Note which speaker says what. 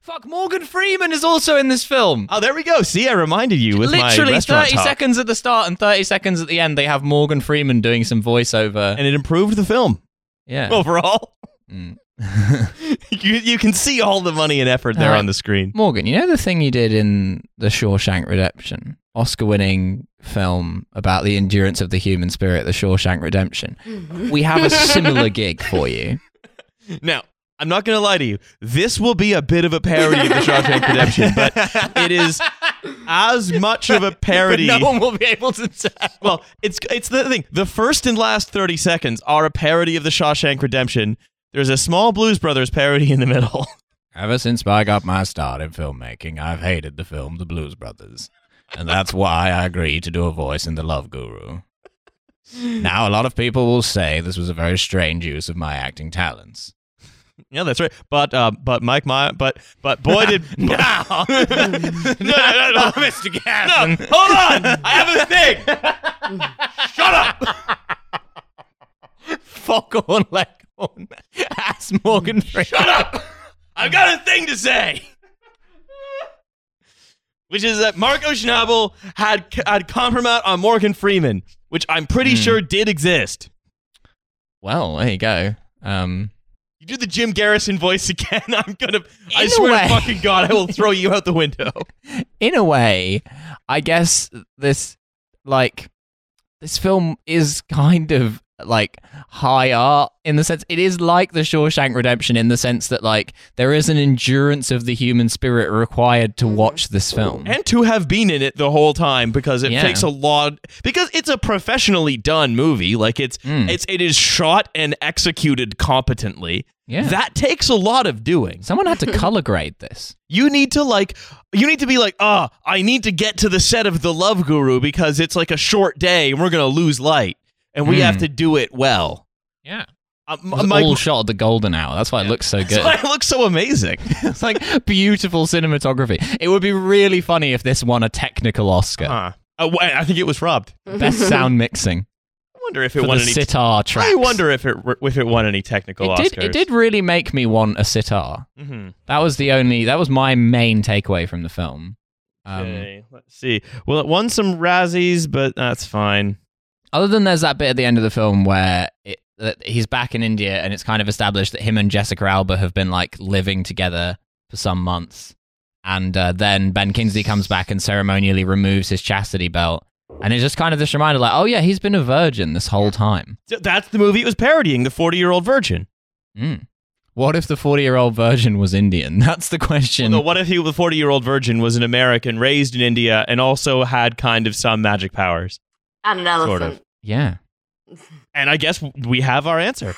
Speaker 1: Fuck, Morgan Freeman is also in this film.
Speaker 2: Oh, there we go. See, I reminded you with my
Speaker 1: Literally 30
Speaker 2: restaurant talk.
Speaker 1: seconds at the start and 30 seconds at the end, they have Morgan Freeman doing some voiceover.
Speaker 2: and it improved the film
Speaker 1: yeah.
Speaker 2: overall.
Speaker 1: Mm.
Speaker 2: you you can see all the money and effort there
Speaker 1: Uh,
Speaker 2: on the screen.
Speaker 1: Morgan, you know the thing you did in The Shawshank Redemption, Oscar winning film about the endurance of the human spirit, The Shawshank Redemption? We have a similar gig for you.
Speaker 2: Now, I'm not going to lie to you. This will be a bit of a parody of The Shawshank Redemption, but it is as much of a parody.
Speaker 1: But no one will be able to tell.
Speaker 2: well, it's it's the thing. The first and last 30 seconds are a parody of The Shawshank Redemption. There's a small Blues Brothers parody in the middle.
Speaker 1: Ever since I got my start in filmmaking, I've hated the film The Blues Brothers. And that's why I agreed to do a voice in The Love Guru. Now, a lot of people will say this was a very strange use of my acting talents.
Speaker 2: Yeah, that's right. But uh, but Mike, my but but boy did no no no no, no.
Speaker 1: Mr. Gasson.
Speaker 2: Hold on, I have a thing. Shut up.
Speaker 1: Foghorn Leghorn. Ass Morgan Freeman.
Speaker 2: Shut up. I've got a thing to say. Which is that Marco Schnabel had had compromise on Morgan Freeman, which I'm pretty
Speaker 1: Hmm.
Speaker 2: sure did exist.
Speaker 1: Well, there you go. Um,
Speaker 2: You do the Jim Garrison voice again. I'm gonna. I
Speaker 1: In a
Speaker 2: swear
Speaker 1: way.
Speaker 2: to fucking God, I will throw you out the window.
Speaker 1: in a way, I guess this like this film is kind of like high art in the sense it is like the Shawshank Redemption in the sense that like there is an endurance of the human spirit required to watch this film.
Speaker 2: and to have been in it the whole time because it
Speaker 1: Yeah.
Speaker 2: takes a lot because it's a professionally done movie like it's
Speaker 1: Mm.
Speaker 2: it's it is shot and executed competently
Speaker 1: Yeah.
Speaker 2: that takes a lot of doing
Speaker 1: Someone had to color grade this.
Speaker 2: you need to like you need to be like ah i need to get to the set of the love guru because it's like a short day and we're gonna lose light and we
Speaker 1: Mm.
Speaker 2: have to do it well
Speaker 1: Yeah.
Speaker 2: uh, M-
Speaker 1: It was
Speaker 2: Mike-
Speaker 1: all shot at the golden hour. That's why it looks so
Speaker 2: that's
Speaker 1: good.
Speaker 2: why it looks so amazing
Speaker 1: it's like beautiful cinematography. It would be really funny if this won a technical Oscar.
Speaker 2: uh, wait, i think it was robbed
Speaker 1: Best sound mixing
Speaker 2: i wonder Uh-huh. if it
Speaker 1: for
Speaker 2: won
Speaker 1: the
Speaker 2: any
Speaker 1: sitar track.
Speaker 2: I wonder if it if it won any technical
Speaker 1: It
Speaker 2: Oscars.
Speaker 1: did. It did really make me want a sitar.
Speaker 2: Mm-hmm.
Speaker 1: That was the only. That was my main takeaway from the film. Um,
Speaker 2: Okay, let's see. Well, it won some Razzies, but that's fine.
Speaker 1: Other than there's that bit at the end of the film where it, that he's back in India and it's kind of established that him and Jessica Alba have been like living together for some months, and uh, then Ben Kingsley comes back and ceremonially removes his chastity belt, and it's just kind of this reminder, like, oh yeah, he's been a virgin this whole time.
Speaker 2: So that's the movie it was parodying, the 40 year old virgin.
Speaker 1: Mm. What if the forty-year-old virgin was Indian? That's the question.
Speaker 2: Although, what if he, the 40 year old virgin was an American raised in India and also had kind of some magic powers?
Speaker 3: And an
Speaker 2: Sort
Speaker 3: elephant.
Speaker 2: of.
Speaker 1: yeah.
Speaker 2: And I guess we have our answer.